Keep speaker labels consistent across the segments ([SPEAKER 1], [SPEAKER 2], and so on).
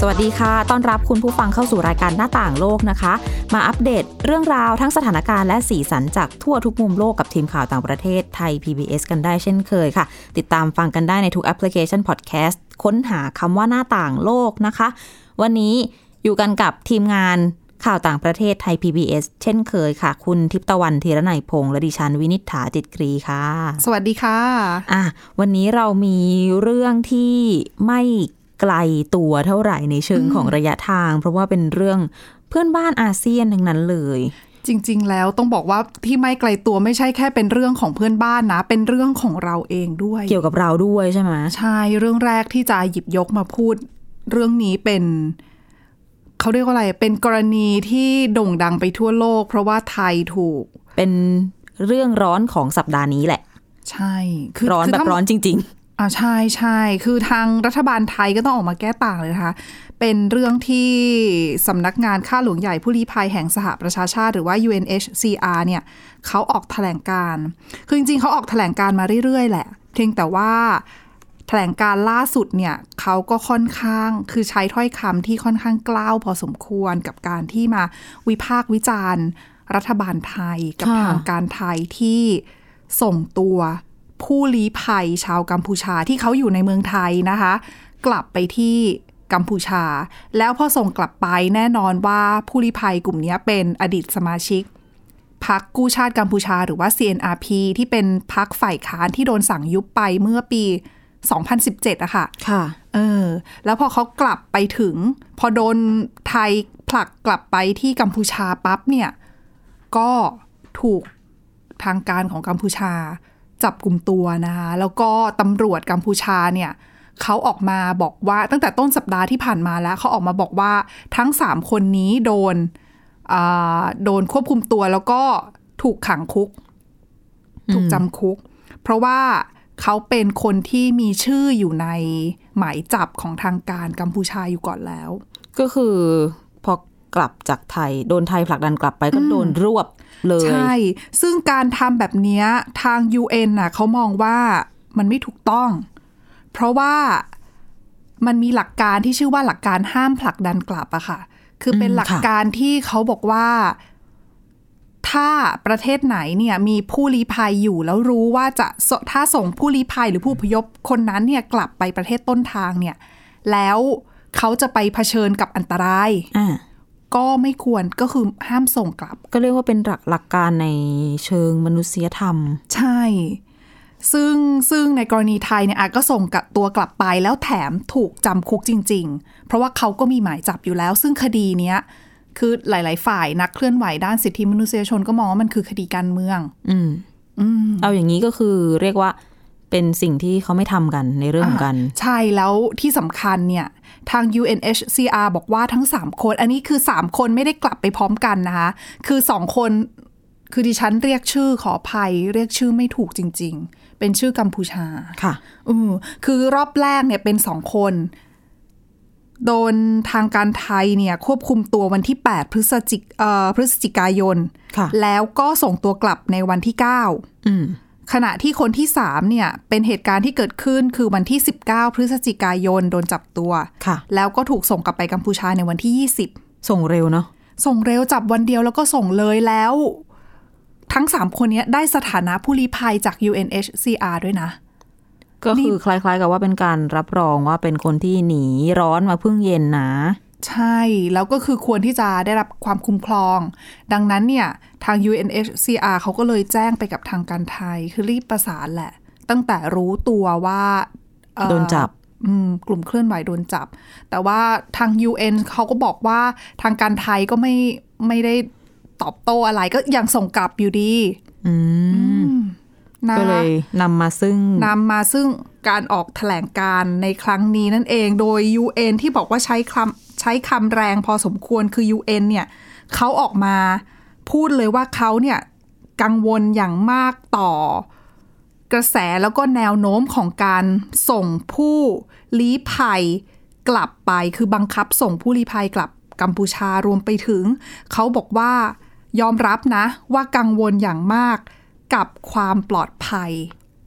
[SPEAKER 1] สวัสดีค่ะ ต้อนรับคุณผู้ฟังเข้าสู่รายการหน้าต่างโลกนะคะ มาอัปเดตเรื่องราวทั้งสถานการณ์และสีสันจากทั่วทุกมุมโลกกับทีมข่าวต่างประเทศไทย PBS กันได้เช่นเคยค่ะ ติดตามฟังกันได้ในทุกแอปพลิเคชันพอดแคสต์ ค้นหาคำว่าหน้าต่างโลกนะคะ วันนี้อยู่กันกับทีมงานข่าวต่างประเทศไทย PBS เช่นเคยค่ะ คุณทิพย์ตะวันธีรนัยพงษ์และดิฉันวินิษฐาจิตกรีค่ะ
[SPEAKER 2] สวัสดีค่ะ
[SPEAKER 1] อ่ะวันนี้เรามีเรื่องที่ไม่ไกลตัวเท่าไหร่ในเชิงของระยะทาง เพราะว่าเป็นเรื่องเพื่อนบ้านอาเซียนทั้งนั้นเลย
[SPEAKER 2] จริง ๆ แล้วต้องบอกว่าที่ไม่ไกลตัวไม่ใช่แค่เป็นเรื่องของเพื่อนบ้านนะ เป็นเรื่องของเราเองด้วย
[SPEAKER 1] เกี่ยวกับเราด้วยใช่ไหม
[SPEAKER 2] ใช่เรื่องแรกที่จะหยิบยกมาพูด เรื่องนี้เป็นเขาเรียกว่าอะไร เป็นกรณีที่โด่งดังไปทั่วโลก เพราะว่าไทยถูก
[SPEAKER 1] เป็นเรื่องร้อนของสัปดาห์นี้แหละ
[SPEAKER 2] ใช่
[SPEAKER 1] ร้อน
[SPEAKER 2] คื
[SPEAKER 1] แบบ
[SPEAKER 2] ถ้า
[SPEAKER 1] ร้อนจริง
[SPEAKER 2] อ่าใช่ใช่คือทางรัฐบาลไทยก็ต้องออกมาแก้ต่างเลยนะคะ เป็นเรื่องที่สำนักงานข้าหลวงใหญ่ผู้ลี้ภัยแห่งสหประชาชาติ หรือว่า UNHCR เนี่ยเขาออกแถลงการณ์คือจริงๆเขาออกแถลงการณ์มาเรื่อยๆ แหละ เพียงแต่ว่าแถลงการณ์ล่าสุดเนี่ยเขาก็ค่อนข้างคือใช้ถ้อยคำที่ค่อนข้างกล้าวพอสมควรกับการที่มาวิพากษ์วิจารณ์ รัฐบาลไทยกับ
[SPEAKER 1] ค่ะ
[SPEAKER 2] ทางการไทยที่ ส่งตัวผู้ลี้ภัยชาวกัมพูชาที่เขาอยู่ในเมืองไทยนะคะ กลับไปที่กัมพูชา แล้วพอส่งกลับไปแน่นอนว่าผู้ลี้ภัยกลุ่มเนี้ยเป็นอดีตสมาชิกพรรคกู้ชาติกัมพูชาหรือว่า CNRP ที่เป็นพรรคฝ่ายค้านที่โดนสั่งยุบไปเมื่อปี 2017อะค่ะ
[SPEAKER 1] ๆ ค่ะ
[SPEAKER 2] เออแล้วพอเขากลับไปถึง พอโดนไทยผลักกลับไปที่กัมพูชาปั๊บเนี่ย ก็ถูกทางการของกัมพูชา จับกลุ่มตัวนะคะแล้วก็ตำรวจกัมพูชาเนี่ยเขาออกมาบอกว่าตั้งแต่ต้นสัปดาห์ที่ผ่านมาแล้วเขาออกมาบอกว่าทั้ง 3 คนนี้โดนอ่าโดนควบคุมตัวแล้วก็ถูกขังคุก ถูกจำคุก เพราะว่าเขาเป็นคนที่มีชื่ออยู่ในหมายจับของทางการกัมพูชาอยู่ก่อนแล้ว
[SPEAKER 1] ก็คือพอกลับจากไทย โดนไทยผลักดันกลับไปก็โดนรวบเลย
[SPEAKER 2] ใช่ ซึ่งการทำแบบเนี้ยทาง UN น่ะเขามองว่ามันไม่ถูกต้อง เพราะว่ามันมีหลักการที่ชื่อว่าหลักการห้ามผลักดันกลับอะค่ะ คือเป็น
[SPEAKER 1] อืม
[SPEAKER 2] หลัก
[SPEAKER 1] ค่ะ
[SPEAKER 2] การที่เขาบอกว่า ถ้าประเทศไหนเนี่ยมีผู้ลี้ภัยอยู่แล้วรู้ว่าจะสถ้าส่งผู้ลี้ภัยหรือผู้อพยพคนนั้นเนี่ยกลับไปประเทศต้นทางเนี่ย แล้วเขาจะไปเผชิญกับอันตราย
[SPEAKER 1] อ่ะ
[SPEAKER 2] ก็ไม่ควรก็คือห้ามส่งกลับ
[SPEAKER 1] ก็เรียกว่าเป็นหลักหลักการในเชิงมนุษยธรรม
[SPEAKER 2] ใช่ ซึ่งซึ่งในกรณีไทยเนี่ยอาจก็ส่งกับตัวกลับไปแล้วแถมถูกจำคุกจริง ๆ เพราะว่าเขาก็มีหมายจับอยู่แล้ว ซึ่งคดีเนี้ย คือหลาย ๆ ฝ่ายนักเคลื่อนไหวด้านสิทธิมนุษยชนก็มองว่ามันคือคดีการเมือง
[SPEAKER 1] อืม
[SPEAKER 2] อืม
[SPEAKER 1] เอาอย่างนี้ก็คือเรียกว่าเป็นสิ่งที่เขาไม่ทำกันในเรื่องของการ
[SPEAKER 2] ใช่แล้วที่สำคัญเนี่ย ทาง UNHCR บอกว่าทั้ง 3 คน อันนี้คือ 3 คนไม่ได้กลับไปพร้อมกันนะคะ คือ 2 คน คือดิฉันเรียกชื่อขออภัย เรียกชื่อไม่ถูกจริง ๆ เป็นชื่อกัมพูชา
[SPEAKER 1] ค่ะ
[SPEAKER 2] อืมคือรอบแรกเนี่ยเป็นสองคน โดนทางการไทยเนี่ยควบคุมตัววันที่ 8 พฤศจิกเอ่อพฤศจิกายน
[SPEAKER 1] ค่ะ
[SPEAKER 2] แล้วก็ส่งตัวกลับในวันที่
[SPEAKER 1] อืม
[SPEAKER 2] 9 ขณะที่คนที่ 3 เนี่ย เป็นเหตุการณ์ที่เกิดขึ้นคือวันที่ 19 พฤศจิกายน โดนจับตัว
[SPEAKER 1] ค่ะ
[SPEAKER 2] แล้วก็ถูกส่งกลับไปกัมพูชาในวันที่ 20
[SPEAKER 1] ส่งเร็วเนาะ
[SPEAKER 2] ส่งเร็วจับวันเดียวแล้วก็ส่งเลยแล้ว ทั้ง 3 คนเนี้ยได้สถานะผู้ลี้ภัยจาก UNHCR ด้วยนะ
[SPEAKER 1] ก็คือคล้าย ๆ กับว่าเป็นการรับรองว่าเป็นคนที่หนีร้อนมาพึ่งเย็นนะ
[SPEAKER 2] ใช่แล้วก็คือควรที่จะได้รับความคุ้มครอง ดังนั้นเนี่ยทาง UNHCR เขาก็เลยแจ้งไปกับทางการไทย คือรีบประสานแหละ ตั้งแต่รู้ตัวว่าเอ่อ
[SPEAKER 1] โดนจับ
[SPEAKER 2] อืมกลุ่มเคลื่อนไหวโดนจับ แต่ว่าทาง UN เขาก็บอกว่าทางการไทยก็ไม่ไม่ได้ตอบโต้อะไรก็ยังส่งกลับอยู่ดี
[SPEAKER 1] อืม
[SPEAKER 2] นะ
[SPEAKER 1] ก็เลยนำมาซึ่ง
[SPEAKER 2] นำมาซึ่งการออกแถลงการณ์ในครั้งนี้นั่นเองโดย UN ที่บอกว่าใช้คำใช้คำแรงพอสมควรคือ UN เนี่ยเขาออกมาพูดเลยว่าเขาเนี่ยกังวลอย่างมากต่อกระแสแล้วก็แนวโน้มของการส่งผู้ลี้ภัย กลับไปคือบังคับส่งผู้ลี้ภัยกลับกัมพูชารวมไปถึง เขาบอกว่ายอมรับนะว่ากังวลอย่างมากกับความปลอดภัย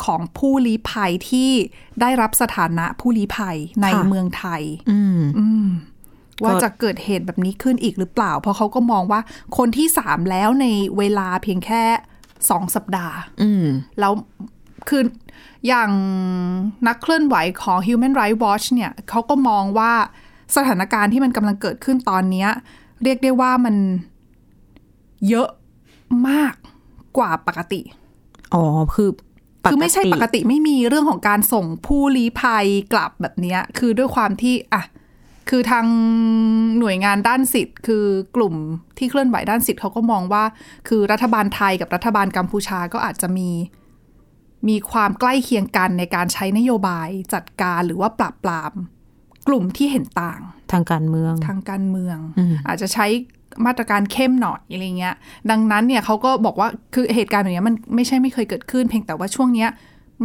[SPEAKER 2] ของผู้ลี้ภัยที่ได้รับสถานะผู้ลี้ภัยใน
[SPEAKER 1] ค่ะ
[SPEAKER 2] เมืองไทย
[SPEAKER 1] อืม
[SPEAKER 2] อืมว่า
[SPEAKER 1] ก็
[SPEAKER 2] จะเกิดเหตุแบบนี้ขึ้นอีกหรือเปล่า เพราะเขาก็มองว่าคนที่สามแล้วในเวลาเพียงแค่สองสัปดาห์
[SPEAKER 1] อืม
[SPEAKER 2] แล้วคืออย่างนักเคลื่อนไหวของ Human Rights Watch เนี่ยเขาก็มองว่าสถานการณ์ที่มันกำลังเกิดขึ้นตอนเนี้ยเรียกได้ว่ามันเยอะมากกว่าปกติ
[SPEAKER 1] อ๋อ คือ
[SPEAKER 2] คือไม่ใช่ปกติไม่มีเรื่องของการส่งผู้ลี้ภัยกลับแบบเนี้ยคือด้วยความที่อ่ะคือทางหน่วยงานด้านสิทธิ์ คือกลุ่มที่เคลื่อนไหวด้านสิทธิ์เขาก็มองว่า คือรัฐบาลไทยกับรัฐบาลกัมพูชาก็อาจจะมีมีความใกล้เคียงกันในการใช้นโยบายจัดการหรือว่าปราบปราม กลุ่มที่เห็นต่าง
[SPEAKER 1] ทางการเมือง
[SPEAKER 2] ทางการเมือง
[SPEAKER 1] อืม
[SPEAKER 2] อาจจะใช้มาตรการเข้มหน่อยอะไรเงี้ย ดังนั้นเนี่ยเขาก็บอกว่าคือเหตุการณ์อย่างเงี้ยมันไม่ใช่ไม่เคยเกิดขึ้น เพียงแต่ว่าช่วงเนี้ย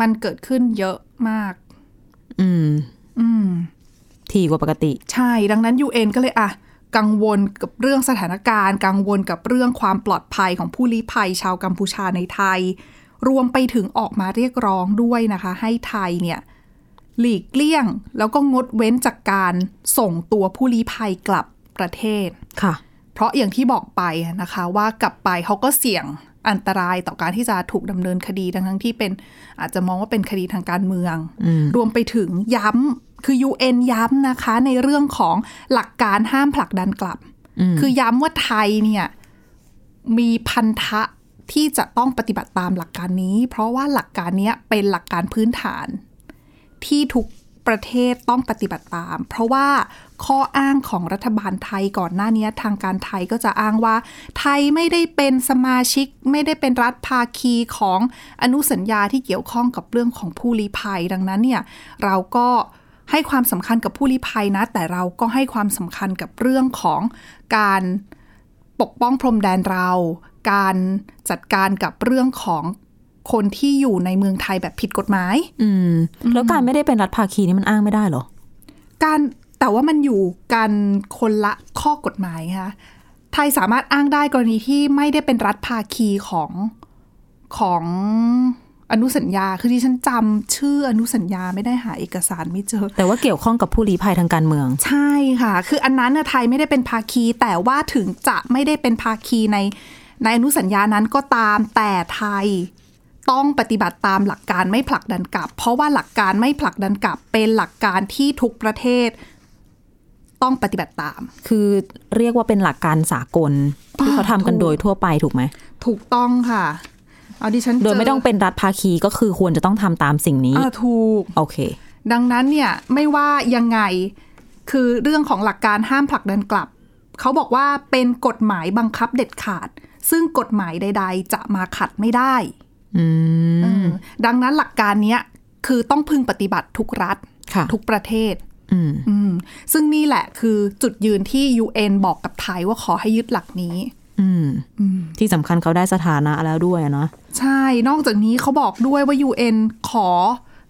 [SPEAKER 2] มันเกิดขึ้นเยอะมาก
[SPEAKER 1] อืม
[SPEAKER 2] อืม
[SPEAKER 1] ทีกว่าปกติ
[SPEAKER 2] ใช่ดังนั้น UN ก็เลยอะกังวลกับเรื่องสถานการณ์ กังวลกับเรื่องความปลอดภัยของผู้ลี้ภัยชาวกัมพูชาในไทย รวมไปถึงออกมาเรียกร้องด้วยนะคะ ให้ไทยเนี่ยหลีกเลี่ยงแล้วก็งดเว้นจากการส่งตัวผู้ลี้ภัยกลับประเทศ
[SPEAKER 1] ค่ะ
[SPEAKER 2] เพราะอย่างที่บอกไปนะคะว่ากลับไปเขาก็เสี่ยงอันตรายต่อการที่จะถูกดำเนินคดีทั้งๆที่เป็นอาจจะมองว่าเป็นคดีทางการเมือง
[SPEAKER 1] อืม
[SPEAKER 2] รวมไปถึงย้ำคือ UN ย้ำนะคะในเรื่องของหลักการห้ามผลักดันกลับ
[SPEAKER 1] อืม
[SPEAKER 2] คือย้ำว่าไทยเนี่ยมีพันธะที่จะต้องปฏิบัติตามหลักการนี้ เพราะว่าหลักการเนี้ยเป็นหลักการพื้นฐาน ที่ทุกประเทศต้องปฏิบัติตาม เพราะว่าข้ออ้างของรัฐบาลไทยก่อนหน้าเนี้ยทางการไทยก็จะอ้างว่า ไทยไม่ได้เป็นสมาชิก ไม่ได้เป็นรัฐภาคีของอนุสัญญาที่เกี่ยวข้องกับเรื่องของผู้ลี้ภัย ดังนั้นเนี่ยเราก็ให้ความสำคัญกับผู้ลี้ภัยนะ แต่เราก็ให้ความสำคัญกับเรื่องของการ ปกป้องพรมแดนเรา การจัดการกับเรื่องของคนที่อยู่ในเมืองไทยแบบผิดกฎหมาย
[SPEAKER 1] อืม แล้วการไม่ได้เป็นรัฐภาคีนี่มันอ้างไม่ได้เหรอ
[SPEAKER 2] การแต่ว่ามันอยู่กันคนละข้อกฎหมายนะคะไทยสามารถอ้างได้กรณีที่ไม่ได้เป็นรัฐภาคีของของอนุสัญญา คือที่ฉันจำชื่ออนุสัญญาไม่ได้หาเอกสารไม่เจอ
[SPEAKER 1] แต่ว่าเกี่ยวข้องกับผู้ลี้ภัยทางการเมือง
[SPEAKER 2] ใช่ค่ะ คืออันนั้นน่ะไทยไม่ได้เป็นภาคี แต่ว่าถึงจะไม่ได้เป็นภาคีในในอนุสัญญานั้นก็ตาม แต่ไทยต้องปฏิบัติตามหลักการไม่ผลักดันกลับ เพราะว่าหลักการไม่ผลักดันกลับ เป็นหลักการที่ทุกประเทศต้องปฏิบัติตาม
[SPEAKER 1] คือเรียกว่าเป็นหลักการสากล ที่เขาทำกันโดยทั่วไปถูกไหม
[SPEAKER 2] ถูกต้องค่ะ เอาดิฉัน
[SPEAKER 1] โดยไม่
[SPEAKER 2] จ
[SPEAKER 1] ต้องเป็นรัฐภาคีก็คือควรจะต้องทำตามสิ่งนี้
[SPEAKER 2] อ่าถูก
[SPEAKER 1] โอเค
[SPEAKER 2] ดังนั้นเนี่ยไม่ว่ายังไงคือเรื่องของหลักการห้ามผลักดันกลับ เขาบอกว่าเป็นกฎหมายบังคับเด็ดขาด ซึ่งกฎหมายใด ๆ จะมาขัดไม่ได้
[SPEAKER 1] อื
[SPEAKER 2] เอ
[SPEAKER 1] ม
[SPEAKER 2] อดังนั้นหลักการเนี้ยคือต้องพึงปฏิบัติทุกรัฐ
[SPEAKER 1] ค่ะ
[SPEAKER 2] ทุกประเทศ
[SPEAKER 1] อืม
[SPEAKER 2] อืมซึ่งนี่แหละคือจุดยืนที่ UN บอกกับไทยว่าขอให้ยึดหลักนี้
[SPEAKER 1] อืม ที่สำคัญเขาได้สถานะแล้วด้วยอะเนาะ
[SPEAKER 2] ใช่ นอกจากนี้เขาบอกด้วยว่า UN ขอ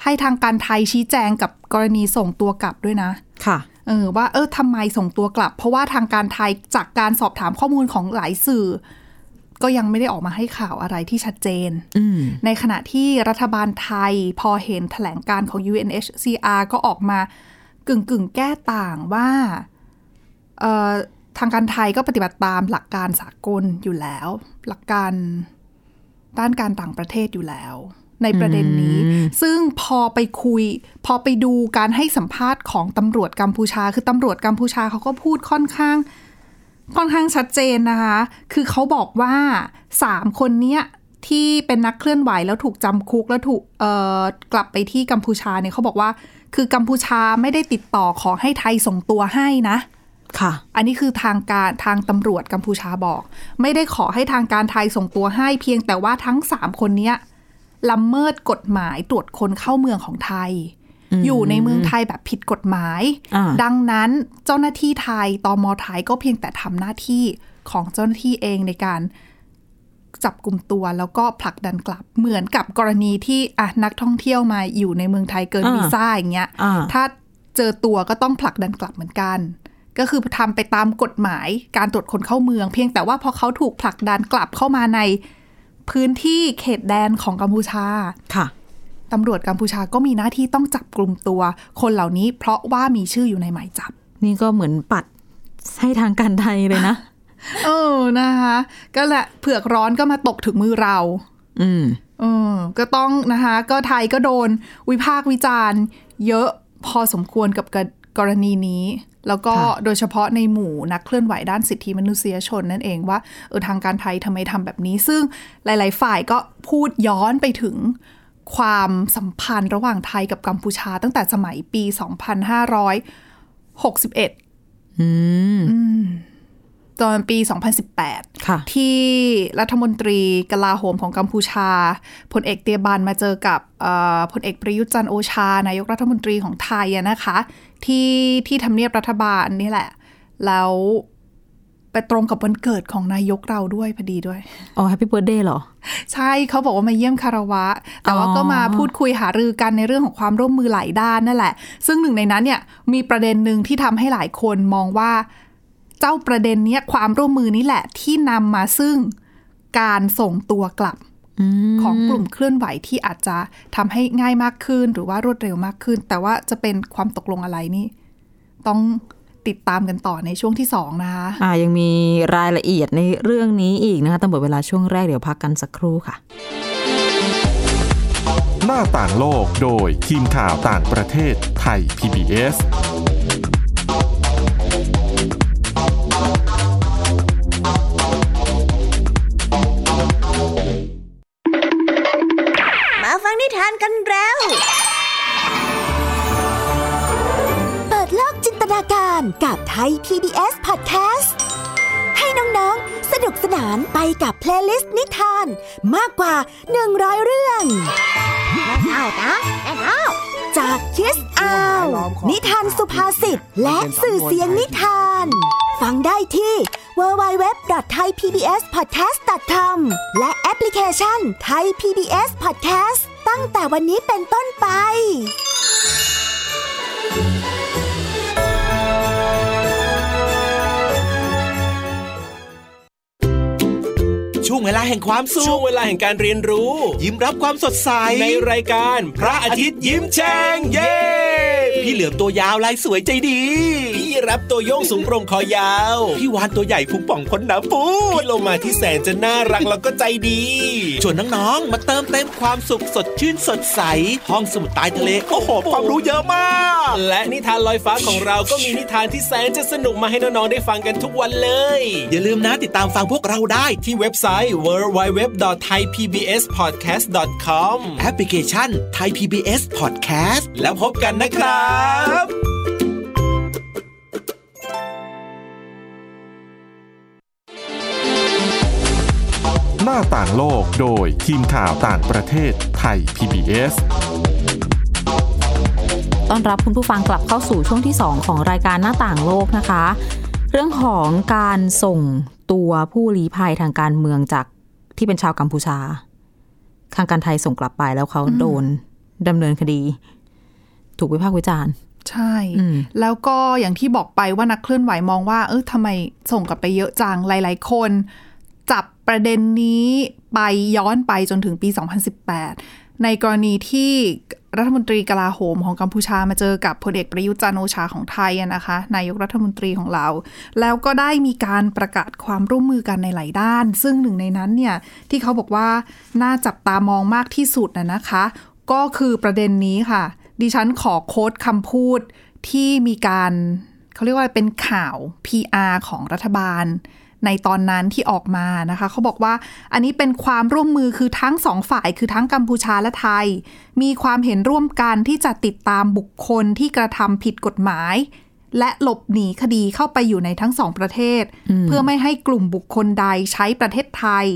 [SPEAKER 2] ให้ทางการไทยชี้แจงกับกรณีส่งตัวกลับด้วยนะ
[SPEAKER 1] ค่ะ
[SPEAKER 2] เออว่าเออทำไมส่งตัวกลับ เพราะว่าทางการไทยจากการสอบถามข้อมูลของหลายสื่อ ก็ยังไม่ได้ออกมาให้ข่าวอะไรที่ชัดเจน
[SPEAKER 1] อืม
[SPEAKER 2] ในขณะที่รัฐบาลไทยพอเห็นแถลงการของ UNHCR ก็ออกมากึ่งกึ่งๆแก้ต่างว่าเอ่อทางการไทยก็ปฏิบัติตามหลักการสากลอยู่แล้ว หลักการด้านการต่างประเทศอยู่แล้ว ในประเด็นนี้ ซึ่งพอไปคุย พอไปดูการให้สัมภาษณ์ของตำรวจกัมพูชา คือตำรวจกัมพูชาเขาก็พูดค่อนข้าง ค่อนข้างชัดเจนนะคะ คือเขาบอกว่าสามคนเนี้ยที่เป็นนักเคลื่อนไหวแล้วถูกจำคุกแล้วถูกเอ่อกลับไปที่กัมพูชาเนี่ยเขาบอกว่า คือกัมพูชาไม่ได้ติดต่อขอให้ไทยส่งตัวให้นะ
[SPEAKER 1] ค่ะ
[SPEAKER 2] อันนี้คือทางการทางตำรวจกัมพูชาบอก ไม่ได้ขอให้ทางการไทยส่งตัวให้ เพียงแต่ว่าทั้งสามคนเนี้ยละเมิดกฎหมายตรวจคนเข้าเมืองของไทย อยู่ในเมืองไทยแบบผิดกฎหมาย
[SPEAKER 1] อ่า
[SPEAKER 2] ดังนั้นเจ้าหน้าที่ไทยตมไทยก็เพียงแต่ทำหน้าที่ของเจ้าหน้าที่เองในการจับกลุ่มตัวแล้วก็ผลักดันกลับเหมือนกับกรณีที่อ่ะนักท่องเที่ยวมาอยู่ในเมืองไทยเกิน
[SPEAKER 1] อ่า
[SPEAKER 2] วีซ่าอย่างเงี้ย
[SPEAKER 1] อ่า
[SPEAKER 2] ถ้า เจอตัวก็ต้องผลักดันกลับเหมือนกัน ก็คือทำไปตามกฎหมายการตรวจคนเข้าเมือง เพียงแต่ว่าพอเขาถูกผลักดันกลับเข้ามาในพื้นที่เขตแดนของกัมพูชา
[SPEAKER 1] ค่ะ
[SPEAKER 2] ตำรวจกัมพูชาก็มีหน้าที่ต้องจับกลุ่มตัว คนเหล่านี้เพราะว่ามีชื่ออยู่ในหมายจับ
[SPEAKER 1] นี่ก็เหมือนปัดให้ทางการไทยเลยนะ
[SPEAKER 2] เออนะคะ ก็แหละเผือกร้อนก็มาตกถึงมือเรา
[SPEAKER 1] อืม
[SPEAKER 2] เออก็ต้องนะคะก็ไทยก็โดนวิพากษ์วิจารณ์ เยอะพอสมควรกับกรกรณีนี้ แล้วก็
[SPEAKER 1] ค่ะ
[SPEAKER 2] โดยเฉพาะในหมู่นักเคลื่อนไหวด้านสิทธิมนุษยชนนั่นเองว่าเออทางการไทยทำไมทำแบบนี้ ซึ่งหลาย ๆ ฝ่ายก็พูดย้อนไปถึงความสัมพันธ์ระหว่างไทยกับกัมพูชาตั้งแต่สมัยปี 2561
[SPEAKER 1] อืม
[SPEAKER 2] ตอนปี 2018
[SPEAKER 1] ค่ะ
[SPEAKER 2] ที่รัฐมนตรีกลาโหมของกัมพูชาพลเอกเตียบันมาเจอกับเอ่อพลเอกประยุทธ์จันทร์โอชา นายกรัฐมนตรีของไทยอะนะคะ ที่ที่ทำเนียบรัฐบาลนี่แหละ แล้วไปตรงกับวันเกิดของนายกเราด้วยพอดีด้วย
[SPEAKER 1] อ๋อแฮปปี้เบิร์ดเดย์เหรอ
[SPEAKER 2] ใช่เขาบอกว่ามาเยี่ยมคารวะ แต่ว่า
[SPEAKER 1] อ๋อ
[SPEAKER 2] ก็มาพูดคุยหารือกันในเรื่องของความร่วมมือหลายด้านนั่นแหละ ซึ่งหนึ่งในนั้นเนี่ยมีประเด็นหนึ่งที่ทำให้หลายคนมองว่า เจ้าประเด็นเนี้ยความร่วมมือนี่แหละที่นำมาซึ่งการส่งตัวกลับ
[SPEAKER 1] อืม
[SPEAKER 2] ของกลุ่มเคลื่อนไหวที่อาจจะทำให้ง่ายมากขึ้นหรือว่ารวดเร็วมากขึ้น แต่ว่าจะเป็นความตกลงอะไรนี่ ต้องติดตามกันต่อในช่วงที่สองนะคะ
[SPEAKER 1] อ่ายังมีรายละเอียดในเรื่องนี้อีกนะคะแต่หมดเวลาช่วงแรกเดี๋ยวพักกันสักครู่ค่ะ
[SPEAKER 3] หน้าต่างโลกโดยทีมข่าวต่างประเทศไทย PBS
[SPEAKER 4] มาฟังนิทานกันแล้ว
[SPEAKER 5] เปิดโลกจินตนาการกับไทย PBS Podcast ให้น้องๆ สนุกสนานไปกับเพลย์ลิสต์นิทาน มากกว่า 100 เรื่อง
[SPEAKER 4] เอานะแม่เอา
[SPEAKER 5] จากคิสอาว นิทานสุภาษิตและสื่อเสียงนิทาน ฟังได้ที่ www.thaipbspodcast.com และแอปพลิเคชัน Thai PBS Podcast ตั้งแต่วันนี้เป็นต้นไป
[SPEAKER 6] ช่วงเวลาแห่งความสุข
[SPEAKER 7] ช่วงเวลาแห่งการเรียนรู้
[SPEAKER 6] ยิ้มรับความสดใส
[SPEAKER 7] ในรายการพระอาทิตย์ยิ้มแฉ่งเย้
[SPEAKER 6] พี่เหลือมตัวยาวลายสวยใจดี
[SPEAKER 7] พี่รับตัวโยงสูงโปร่งคอยาว
[SPEAKER 6] พี่วานตัวใหญ่พุงป่องพ้นน้ำปู
[SPEAKER 7] พี่โลมาที่แสนจะน่ารักแล้วก็ใจดี
[SPEAKER 6] ชวนน้องๆ มาเติมเต็มความสุขสดชื่นสดใส ห้องสมุดใต้ทะเลโอ้โหความรู้เยอะมาก
[SPEAKER 7] และนิทานลอยฟ้าของเราก็มีนิทานที่แสนจะสนุกมาให้น้องๆได้ฟังกันทุกวันเลย
[SPEAKER 6] อย่าลืมนะติดตามฟังพวกเราได้
[SPEAKER 7] ที่เว็บไซต์ www.thaipbspodcast.com
[SPEAKER 6] แอปพลิเคชันไทย PBS Podcast
[SPEAKER 7] แล้วพบกันนะครับ
[SPEAKER 3] หน้าต่างโลกโดยทีมข่าวต่างประเทศไทย PBS
[SPEAKER 1] ต้อนรับคุณผู้ฟังกลับเข้าสู่ช่วงที่ 2 ของรายการหน้าต่างโลกนะคะ เรื่องของการส่งตัวผู้ลี้ภัยทางการเมืองจากที่เป็นชาวกัมพูชา ทางการไทยส่งกลับไปแล้วเขาโดนดำเนินคดี ถูกวิพากษ์วิจารณ์
[SPEAKER 2] ใช่
[SPEAKER 1] อืม
[SPEAKER 2] แล้วก็อย่างที่บอกไปว่านักเคลื่อนไหวมองว่า เออทำไมส่งกลับไปเยอะจังหลาย ๆ คน จับประเด็นนี้ไปย้อนไปจนถึงปี 2018 ในกรณีที่รัฐมนตรีกลาโหมของกัมพูชามาเจอกับพลเอกประยุทธ์จันทร์โอชาของไทยอะนะคะ นายกรัฐมนตรีของเรา แล้วก็ได้มีการประกาศความร่วมมือกันในหลายด้าน ซึ่งหนึ่งในนั้นเนี่ยที่เขาบอกว่าน่าจับตามองมากที่สุดนะนะคะ ก็คือประเด็นนี้ค่ะ ดิฉันขอโค้ดคำพูดที่มีการเขาเรียกว่าเป็นข่าว PR ของรัฐบาล ในตอนนั้นที่ออกมานะคะเขาบอกว่าอันนี้เป็นความร่วมมือคือทั้งสองฝ่ายคือทั้งกัมพูชาและไทย มีความเห็นร่วมกันที่จะติดตามบุคคลที่กระทำผิดกฎหมาย และหลบหนีคดีเข้าไปอยู่ในทั้งสองประเทศ เพื่อไม่ให้กลุ่มบุคคลใดใช้ประเทศไทย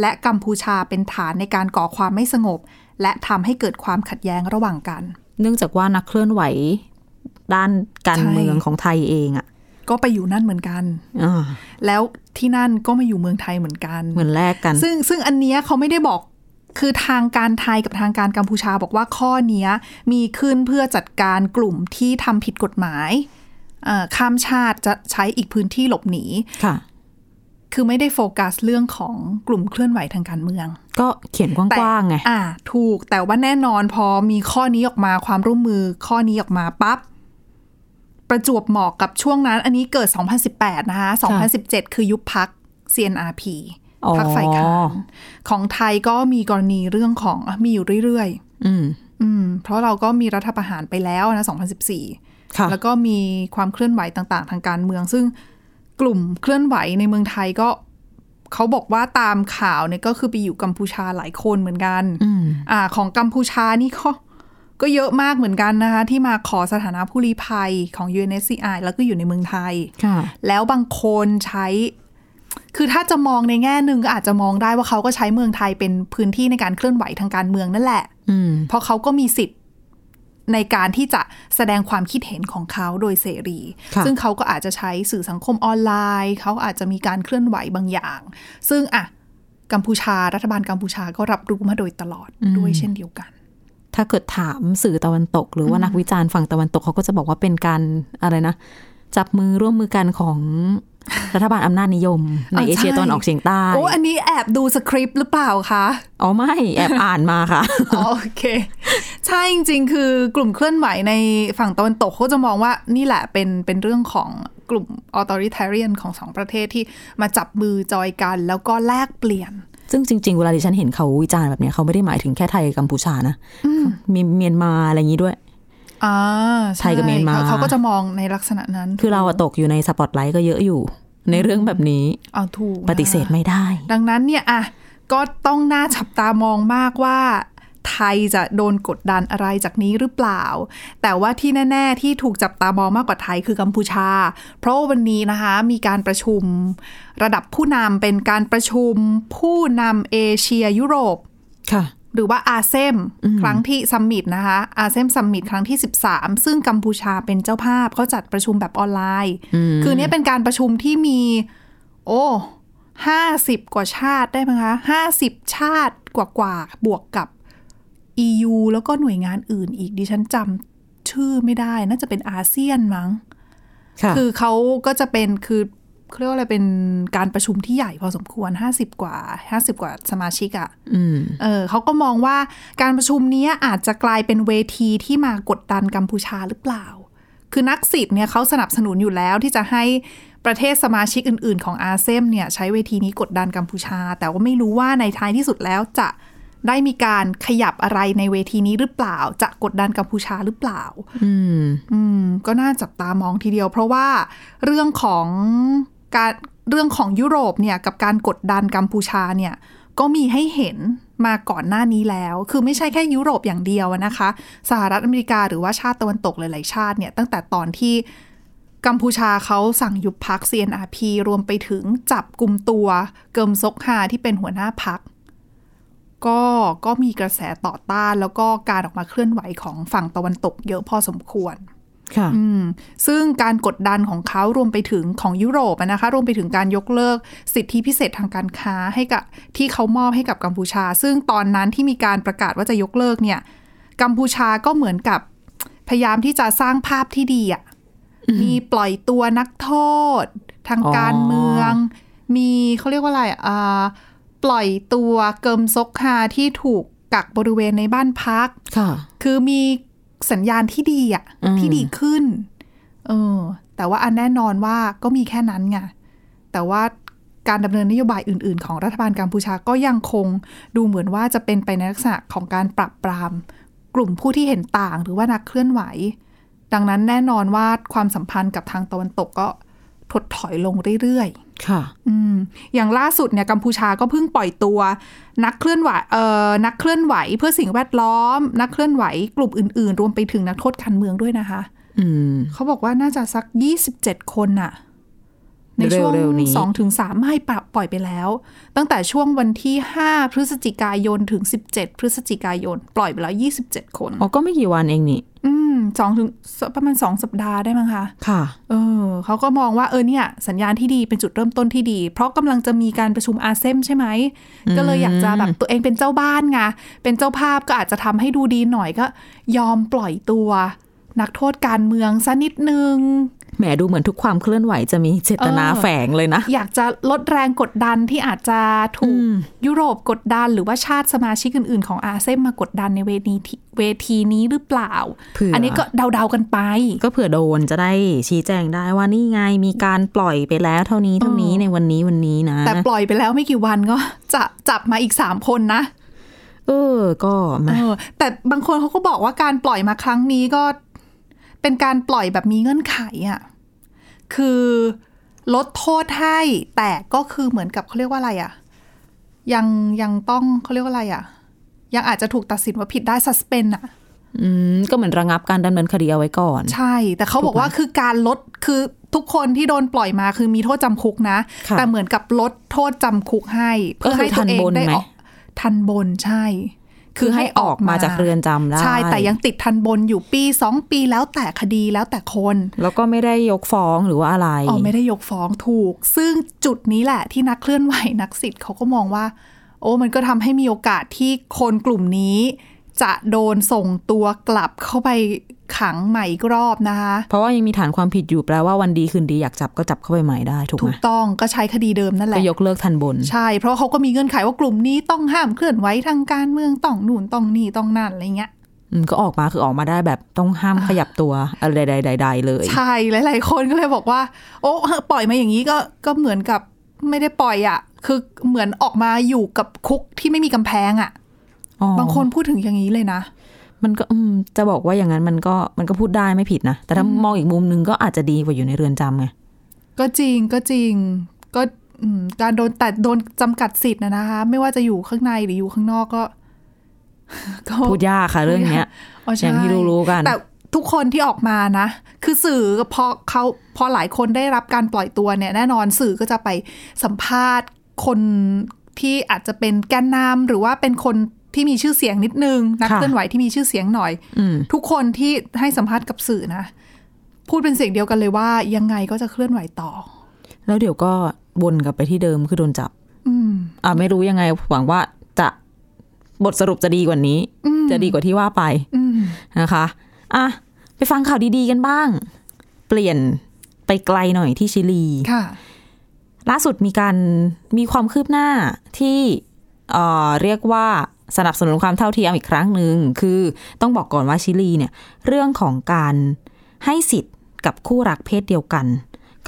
[SPEAKER 2] และกัมพูชาเป็นฐานในการก่อความไม่สงบ และทำให้เกิดความขัดแย้งระหว่างกัน
[SPEAKER 1] เนื่องจากว่านักเคลื่อนไหวด้านการ
[SPEAKER 2] ใช่
[SPEAKER 1] เมืองของไทยเองอะ
[SPEAKER 2] ก็ไปอยู่นั่นเหมือนกัน
[SPEAKER 1] อ่ะ
[SPEAKER 2] แล้วที่นั่นก็มาอยู่เมืองไทยเหมือนกัน
[SPEAKER 1] เหมือนแลกกัน
[SPEAKER 2] ซึ่งซึ่งอันเนี้ยเขาไม่ได้บอก คือทางการไทยกับทางการกัมพูชาบอกว่าข้อเนี้ยมีขึ้นเพื่อจัดการกลุ่มที่ทำผิดกฎหมายเอ่อข้ามชาติจะใช้อีกพื้นที่หลบหนี
[SPEAKER 1] ค่ะ
[SPEAKER 2] คือไม่ได้โฟกัสเรื่องของกลุ่มเคลื่อนไหวทางการเมือง
[SPEAKER 1] ก็เขียนก
[SPEAKER 2] แต่
[SPEAKER 1] ว้างๆไง
[SPEAKER 2] อ่า ถูก แต่ว่าแน่นอนพอมีข้อนี้ออกมาความร่วมมือข้อนี้ออกมาปั๊บ ประจวบเหมาะกับช่วงนั้น อันนี้เกิด 2018 นะคะ 2017 คือยุบพัก CNRP
[SPEAKER 1] อ๋อ
[SPEAKER 2] พักฝ่ายค้านของไทยก็มีกรณีเรื่องของอ่ะมีอยู่เรื่อย
[SPEAKER 1] อืม
[SPEAKER 2] ๆ อืม เพราะเราก็มีรัฐประหารไปแล้วนะ 2014
[SPEAKER 1] ค่ะ
[SPEAKER 2] แล้วก็มีความเคลื่อนไหวต่างๆ ทางการเมือง ซึ่งกลุ่มเคลื่อนไหวในเมืองไทยก็เขาบอกว่าตามข่าวเนี่ยก็คือไปอยู่กัมพูชาหลายคนเหมือนกัน
[SPEAKER 1] อืม
[SPEAKER 2] อ่า ของกัมพูชานี่ก็ก็เยอะมากเหมือนกันนะคะ ที่มาขอสถานะผู้ลี้ภัยของ UNSCI แล้วก็อยู่ในเมืองไทย
[SPEAKER 1] ค่ะ
[SPEAKER 2] แล้วบางคนใช้ คือถ้าจะมองในแง่หนึ่งก็อาจจะมองได้ว่าเขาก็ใช้เมืองไทยเป็นพื้นที่ในการเคลื่อนไหวทางการเมืองนั่นแหละ
[SPEAKER 1] อืม
[SPEAKER 2] เพราะเขาก็มีสิทธิ์ในการที่จะแสดงความคิดเห็นของเขาโดยเสรี
[SPEAKER 1] ค่ะ
[SPEAKER 2] ซึ่งเขาก็อาจจะใช้สื่อสังคมออนไลน์ เขาอาจจะมีการเคลื่อนไหวบางอย่าง ซึ่งอ่ะกัมพูชารัฐบาลกัมพูชาก็รับรู้มาโดยตลอดด้วยเช่นเดียวกัน
[SPEAKER 1] ถ้าเกิดถามสื่อตะวันตก หรือว่านักวิจารณ์ฝั่งตะวันตกเขาก็จะบอกว่าเป็นการอะไรนะ จับมือร่วมมือกันของ รัฐบาลอำนาจนิยม ใน
[SPEAKER 2] อ่า
[SPEAKER 1] เอเชีย
[SPEAKER 2] ใช่
[SPEAKER 1] ตะวันออกเฉียงใต้
[SPEAKER 2] โอ้อันนี้แอบดูสคริปต์หรือเปล่าคะ
[SPEAKER 1] อ๋อไม่ แอบอ่านมา ค่ะ
[SPEAKER 2] อ๋อโอเค ใช่จริงๆ คือกลุ่มเคลื่อนไหวในฝั่งตะวันตกเขาจะมองว่านี่แหละเป็นเป็นเรื่องของกลุ่ม authoritarian ของสองประเทศที่มาจับมือจอยกัน แล้วก็แลกเปลี่ยน
[SPEAKER 1] ซึ่งจริง ๆ เวลาดิฉันเห็นเขาวิจารณ์แบบเนี้ยเขาไม่ได้หมายถึงแค่ไทยกัมพูชานะมีเมียนมาอะไรอย่างนี้ด้วย
[SPEAKER 2] อ่า
[SPEAKER 1] ไทยกับเมียนมา
[SPEAKER 2] ขเขาก็จะมองในลักษณะนั้น
[SPEAKER 1] คือเราอะตกอยู่ในสปอตไลท์ก็เยอะอยู่ ในเรื่องแบบนี้
[SPEAKER 2] เอาถูก
[SPEAKER 1] ปฏิเสธไม่ได้
[SPEAKER 2] ดังนั้นเนี่ยอ่ะก็ต้องน่าจับตามองมากว่า ไทยจะโดนกดดันอะไรจากนี้หรือเปล่า แต่ว่าที่แน่ ๆ ที่ถูกจับตามองมากกว่าไทยคือกัมพูชา เพราะว่าวันนี้นะคะ มีการประชุมระดับผู้นำเป็นการประชุมผู้นำเอเชียยุโรป
[SPEAKER 1] ค่ะ
[SPEAKER 2] หรือว่าอาเซมครั้งที่ซัมมิตนะคะอาเซมซัมมิตครั้งที่ 13 ซึ่งกัมพูชาเป็นเจ้าภาพเขาจัดประชุมแบบออนไลน์ คือเนี่ยเป็นการประชุมที่มี โอ้ห้าสิบกว่าชาติได้ไหมคะห้าสิบชาติกว่ากว่าๆบวกกับ EU แล้วก็หน่วยงานอื่นอีกดิฉันจำชื่อไม่ได้ น่าจะเป็นอาเซียนมั้ง
[SPEAKER 1] ค่ะ
[SPEAKER 2] คือเขาก็จะเป็นคือเขาเรียกว่าอะไรเป็นการประชุมที่ใหญ่พอสมควร 50 กว่า 50 กว่าสมาชิกอะ
[SPEAKER 1] อืม
[SPEAKER 2] เออเขาก็มองว่าการประชุมเนี้ยอาจจะกลายเป็นเวทีที่มากดดันกัมพูชาหรือเปล่า คือนักสิทธิ์เนี่ยเขาสนับสนุนอยู่แล้วที่จะให้ประเทศสมาชิกอื่น ๆ ของอาเซมเนี่ยใช้เวทีนี้กดดันกัมพูชา แต่ว่าไม่รู้ว่าในท้ายที่สุดแล้วจะได้มีการขยับอะไรในเวทีนี้หรือเปล่า จะกดดันกัมพูชาหรือเปล่า
[SPEAKER 1] อืม
[SPEAKER 2] อืมก็น่าจับตามองทีเดียว เพราะว่าเรื่องของการเรื่องของยุโรปเนี่ยกับการกดดันกัมพูชาเนี่ยก็มีให้เห็นมาก่อนหน้านี้แล้ว คือไม่ใช่แค่ยุโรปอย่างเดียวอะนะคะ สหรัฐอเมริกาหรือว่าชาติตะวันตกหลายๆชาติเนี่ยตั้งแต่ตอนที่กัมพูชาเขาสั่งยุบพัก CNRP รวมไปถึงจับกลุ่มตัวเกิมซกฮาที่เป็นหัวหน้าพัก ก็ก็มีกระแสต่อต้านแล้วก็การออกมาเคลื่อนไหวของฝั่งตะวันตกเยอะพอสมควร
[SPEAKER 1] ค่ะ
[SPEAKER 2] อืมซึ่งการกดดันของเขารวมไปถึงของยุโรปอะนะคะรวมไปถึงการยกเลิกสิทธิพิเศษทางการค้าให้กับที่เขามอบให้กับกัมพูชา ซึ่งตอนนั้นที่มีการประกาศว่าจะยกเลิกเนี่ย กัมพูชาก็เหมือนกับพยายามที่จะสร้างภาพที่ดีอะมีปล่อยตัวนักโทษ ทางการเมือง มีเขาเรียกว่าอะไรอะอ่าปล่อยตัวเกิมซกฮาที่ถูกกักบริเวณในบ้านพัก
[SPEAKER 1] ค่ะ
[SPEAKER 2] คือมีสัญญาณที่ดีอะ
[SPEAKER 1] อืม
[SPEAKER 2] ที่ดีขึ้น เออ แต่ว่าอันแน่นอนว่าก็มีแค่นั้นไง แต่ว่าการดำเนินนโยบายอื่น ๆ ของรัฐบาลกัมพูชาก็ยังคงดูเหมือนว่าจะเป็นไปในลักษณะของการปรับปราม กลุ่มผู้ที่เห็นต่างหรือว่านักเคลื่อนไหว ดังนั้นแน่นอนว่าความสัมพันธ์กับทางตะวันตกก็ถดถอยลงเรื่อย ๆ
[SPEAKER 1] ค่ะ
[SPEAKER 2] อืมอย่างล่าสุดเนี่ยกัมพูชาก็เพิ่งปล่อยตัว นักเคลื่อนไหวเอ่อนักเคลื่อนไหวเพื่อสิ่งแวดล้อม นักเคลื่อนไหวกลุ่มอื่นๆ รวมไปถึงนักโทษคันเมืองด้วยนะคะ
[SPEAKER 1] อืม
[SPEAKER 2] เขาบอกว่าน่าจะสัก 27 คนน่ะ ในช่วง
[SPEAKER 1] เร็วๆนี้
[SPEAKER 2] สองถึงสามไม่ปะปล่อยไปแล้ว ตั้งแต่ช่วงวันที่ 5 พฤศจิกายนถึง 17 พฤศจิกายน ปล่อยไปแล้ว 27 คน
[SPEAKER 1] อ๋อก็ไม่กี่วันเองนี่
[SPEAKER 2] อืมสองถึงประมาณสองสัปดาห์ได้มั้งคะ
[SPEAKER 1] ค่ะ
[SPEAKER 2] เออเขาก็มองว่าเออเนี่ยสัญญาณที่ดีเป็นจุดเริ่มต้นที่ดี เพราะกำลังจะมีการประชุมอาเซมใช่ไหม ก็เลยอยากจะแบบตัวเองเป็นเจ้าบ้านไงเป็นเจ้าภาพก็อาจจะทำให้ดูดีหน่อยก็ ยอมปล่อยตัว นักโทษการเมืองสักนิดนึง
[SPEAKER 1] แหมดูเหมือนทุกความเคลื่อนไหวจะมีเจตนา
[SPEAKER 2] เออ
[SPEAKER 1] แฝงเลยนะ
[SPEAKER 2] อยากจะลดแรงกดดันที่อาจจะถูก
[SPEAKER 1] อืม
[SPEAKER 2] ยุโรปกดดัน หรือว่าชาติสมาชิกอื่นๆ ของอาเซมมากดดันในเวทีที่เวทีนี้หรือเปล่า
[SPEAKER 1] เผื่อ
[SPEAKER 2] อั
[SPEAKER 1] อั
[SPEAKER 2] นนี้ก็เดาๆกันไป
[SPEAKER 1] ก็เผื่อโดนจะได้ชี้แจงได้ว่านี่ไงมีการปล่อยไปแล้วเท่านี้เท่านี้
[SPEAKER 2] เออ
[SPEAKER 1] ในวันนี้วันนี้นะ
[SPEAKER 2] แต่ปล่อยไปแล้วไม่กี่วันก็จะจับมาอีกสามคนนะ
[SPEAKER 1] เออ ก็มา
[SPEAKER 2] เออแต่บางคนเขาก็บอกว่าการปล่อยมาครั้งนี้ก็เป็นการปล่อยแบบมีเงื่อนไขอะ่ะคือลดโทษให้ แต่ก็คือเหมือนกับเขาเรียกว่าอะไรอะ่ะ ยังยังต้องเขาเรียกว่าอะไรอะ่ะ ยังอาจจะถูกตัดสินว่าผิดได้สัสเปนอ่ะ
[SPEAKER 1] อืม ก็เหมือนระงับการดำเนินคดีเอาไว้ก่อน
[SPEAKER 2] ใช่ แต่เขาบอกว่าคือการลดคือทุกคนที่โดนปล่อยมาคือมีโทษจำคุกนะ
[SPEAKER 1] ค่ะ
[SPEAKER 2] แต่เหมือนกับลดโทษจำคุกให้
[SPEAKER 1] ก็
[SPEAKER 2] เพื่อ
[SPEAKER 1] คื
[SPEAKER 2] ให้
[SPEAKER 1] อ
[SPEAKER 2] ตั
[SPEAKER 1] ทั
[SPEAKER 2] วน
[SPEAKER 1] น
[SPEAKER 2] เอบงได้
[SPEAKER 1] ไหม
[SPEAKER 2] ออกทันบนใช่
[SPEAKER 1] คือให้ออกมาจากเรือนจำได้
[SPEAKER 2] ใช่ แต่ยังติดทันบนอยู่ปี 2 ปีแล้วแต่คดีแล้วแต่คน
[SPEAKER 1] แล้วก็ไม่ได้ยกฟ้องหรือว่าอะไร
[SPEAKER 2] อ๋อไม่ได้ยกฟ้องถูก ซึ่งจุดนี้แหละที่นักเคลื่อนไหวนักสิทธิ์เขาก็มองว่า โอ้มันก็ทำให้มีโอกาสที่คนกลุ่มนี้ จะโดนส่งตัวกลับเข้าไปขังใหม่อีกรอบนะคะ
[SPEAKER 1] เพราะว่ายังมีฐานความผิดอยู่แปลว่าวันดีคืนดีอยากจับก็จับเข้าไปใหม่ได้ถูก
[SPEAKER 2] ถู
[SPEAKER 1] ไหม
[SPEAKER 2] กต้องก็ใช้คดีเดิมนั่นแห
[SPEAKER 1] ก็
[SPEAKER 2] ละ
[SPEAKER 1] ยกเลิกทันบน
[SPEAKER 2] ใช่ เพราะเขาก็มีเงื่อนไขว่ากลุ่มนี้ต้องห้ามเคลื่อนไหวทางการเมืองต้องหนุนต้องนี่ต้องนั่นอะไรเงี้ย
[SPEAKER 1] อืมก็ออกมาคือออกมาได้แบบต้องห้ามขยับตัวอะไรใดๆๆเลย
[SPEAKER 2] ใช่ หลาย ๆ คนก็เลยบอกว่า โอ้ปล่อยมาอย่างนี้ก็ก็เหมือนกับไม่ได้ปล่อยอะ่ะ คือเหมือนออกมาอยู่กับคุกที่ไม่มีกำแพงอะ่ะ
[SPEAKER 1] อ๋อบ
[SPEAKER 2] างคนพูดถึงอย่างนี้เลยนะ
[SPEAKER 1] มันก็อืมจะบอกว่าอย่างนั้นมันก็มันก็พูดได้ไม่ผิดนะ แต่ถ้ามองอีกมุมนึงก็อาจจะดีกว่าอยู่ในเรือนจำไง
[SPEAKER 2] ก็จริงก็จริงก็อืมการโดนแต่โดนจำกัดสิทธิ์นะนะคะ ไม่ว่าจะอยู่ข้างในหรืออยู่ข้างนอกก็ ก็
[SPEAKER 1] พูดยากค่ะเรื่องเนี้ย
[SPEAKER 2] อ๋อ
[SPEAKER 1] อ
[SPEAKER 2] ใช่
[SPEAKER 1] ย่างที่รู้ๆกัน
[SPEAKER 2] แต่ทุกคนที่ออกมานะ คือสื่อพอเขาพอหลายคนได้รับการปล่อยตัวเนี่ย แน่นอนสื่อก็จะไปสัมภาษณ์คนที่อาจจะเป็นแกนนำหรือว่าเป็นคนที่มีชื่อเสียงนิดนึงนัก
[SPEAKER 1] ค่ะ
[SPEAKER 2] เคลื่อนไหวที่มีชื่อเสียงหน่อย
[SPEAKER 1] อืม
[SPEAKER 2] ทุกคนที่ให้สัมภาษณ์กับสื่อนะ พูดเป็นเสียงเดียวกันเลยว่ายังไงก็จะเคลื่อนไหวต่อ
[SPEAKER 1] แล้วเดี๋ยวก็วนกลับไปที่เดิมคือโดนจับ
[SPEAKER 2] อืม
[SPEAKER 1] อ่าไม่รู้ยังไงหวังว่าจะบทสรุปจะดีกว่านี้
[SPEAKER 2] อืม
[SPEAKER 1] จะดีกว่าที่ว่าไป
[SPEAKER 2] อืม
[SPEAKER 1] นะคะอ่ะไปฟังข่าวดีๆกันบ้าง เปลี่ยนไปไกลหน่อยที่ชิลี
[SPEAKER 2] ค่ะ
[SPEAKER 1] ล่าสุดมีการมีความคืบหน้าที่เอ่อเรียกว่าสนับสนุนความเท่าเทียมอีกครั้งหนึ่งคือต้องบอกก่อนว่าชิลีเนี่ยเรื่องของการให้สิทธิ์กับคู่รักเพศเดียวกัน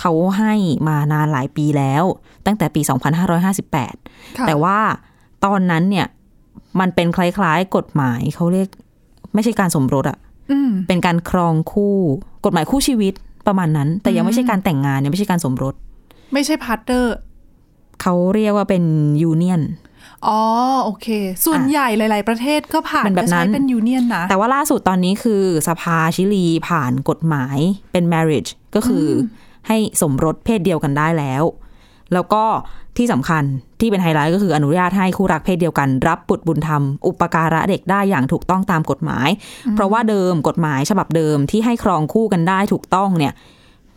[SPEAKER 1] เขาให้มานานหลายปีแล้ว ตั้งแต่ปี 2558
[SPEAKER 2] ค่ะ
[SPEAKER 1] แต่ว่าตอนนั้นเนี่ยมันเป็นคล้ายๆ กฎหมายเขาเรียกไม่ใช่การสมรสอะ
[SPEAKER 2] อืม
[SPEAKER 1] เป็นการครองคู่ กฎหมายคู่ชีวิตประมาณนั้น แต่ยังไม่ใช่การแต่งงานยังไม่ใช่การสมรส
[SPEAKER 2] ไม่ใช่พาร์ทเตอร์
[SPEAKER 1] เขาเรียกว่าเป็นยูเนียน
[SPEAKER 2] อ๋อ โอเค ส่วน
[SPEAKER 1] อ่ะ
[SPEAKER 2] ใหญ่หลาย ๆ ประเทศก็ผ่าน
[SPEAKER 1] เป็นแบบ
[SPEAKER 2] จะ
[SPEAKER 1] นั้
[SPEAKER 2] ใช้
[SPEAKER 1] น
[SPEAKER 2] เป็นยูเนียนนะ
[SPEAKER 1] แต่ว่าล่าสุดตอนนี้คือสภาชิลีผ่านกฎหมายเป็น marriage ก็คืออให้สมรสเพศเดียวกันได้แล้ว แล้วก็ที่สำคัญที่เป็นไฮไลท์ก็คืออนุญาตให้คู่รักเพศเดียวกัน รับบุตรบุญธรรม อุปการะเด็กได้อย่างถูกต้องตามกฎหมาย เพราะว่าเดิมกฎหมายฉบับเดิมที่ให้ครองคู่กันได้ถูกต้องเนี่ย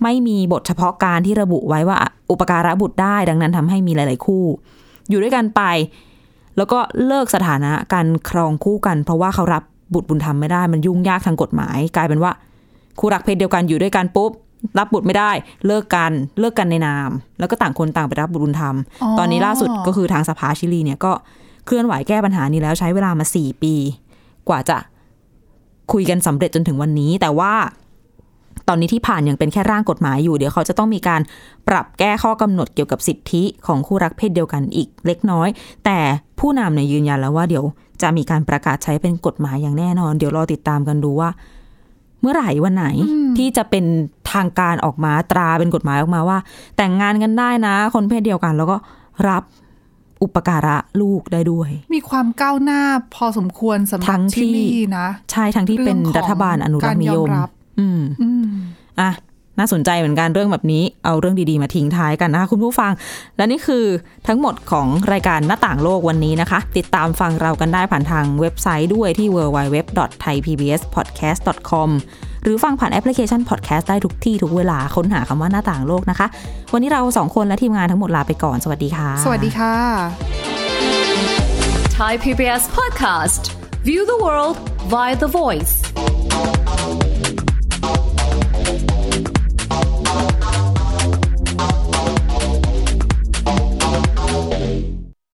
[SPEAKER 1] ไม่มีบทเฉพาะการที่ระบุไว้ว่าอุปการะบุตรได้ ดังนั้นทำให้มีหลาย ๆ คู่ อยู่ด้วยกันไป แล้วก็เลิกสถานะการครองคู่กัน เพราะว่าเขารับบุตรบุญธรรมไม่ได้มันยุ่งยากทางกฎหมาย กลายเป็นว่าคู่รักเพศเดียวกันอยู่ด้วยกันปุ๊บ รับบุตรไม่ได้ เลิกกันเลิกกันในนาม แล้วก็ต่างคนต่างไปรับบุตรบุญธรรม
[SPEAKER 2] อ๋อ
[SPEAKER 1] ตอนนี้ล่าสุดก็คือทางสภาชิลีเนี่ยก็เคลื่อนไหวแก้ปัญหานี้แล้วใช้เวลามาสี่ปี กว่าจะคุยกันสำเร็จจนถึงวันนี้ แต่ว่า ตอนนี้ที่ผ่านยังเป็นแค่ร่างกฎหมายอยู่ เดี๋ยวเขาจะต้องมีการปรับแก้ข้อกำหนดเกี่ยวกับสิทธิของคู่รักเพศเดียวกันอีกเล็กน้อย แต่ผู้นำเนี่ยยืนยันแล้วว่าเดี๋ยวจะมีการประกาศใช้เป็นกฎหมายอย่างแน่นอน เดี๋ยวรอติดตามกันดูว่า เมื่อไหร่วันไหนที่จะเป็นทางการออกมาตราเป็นกฎหมายออกมาว่า แต่งงานกันได้นะ คนเพศเดียวกัน แล้วก็รับอุปการะลูกได้ด้วย
[SPEAKER 2] มีความก้าวหน้าพอสมควรสำห
[SPEAKER 1] ทั้
[SPEAKER 2] รับ
[SPEAKER 1] ง
[SPEAKER 2] ชิ
[SPEAKER 1] ที่
[SPEAKER 2] ลีนะ
[SPEAKER 1] ใช่ทั้งที่เป็น
[SPEAKER 2] เรื่องของ
[SPEAKER 1] รัฐบาลอนุรักษ์นิยม
[SPEAKER 2] การยอมรับ
[SPEAKER 1] อืม
[SPEAKER 2] อืม
[SPEAKER 1] อ่ะ น่าสนใจเหมือนกันเรื่องแบบนี้เอาเรื่องดีๆมาทิ้งท้ายกันนะคะคุณผู้ฟัง และนี่คือทั้งหมดของรายการหน้าต่างโลกวันนี้นะคะ ติดตามฟังเรากันได้ผ่านทางเว็บไซต์ด้วยที่ www.thaipbspodcast.com หรือฟังผ่านแอปพลิเคชัน podcast ได้ทุกที่ทุกเวลาค้นหาคำว่าหน้าต่างโลกนะคะ วันนี้เราสองคนและทีมงานทั้งหมดลาไปก่อนสวัสดีค่ะ
[SPEAKER 2] สวัสดีค่ะ
[SPEAKER 8] Thai PBS podcast. View the world via the voice.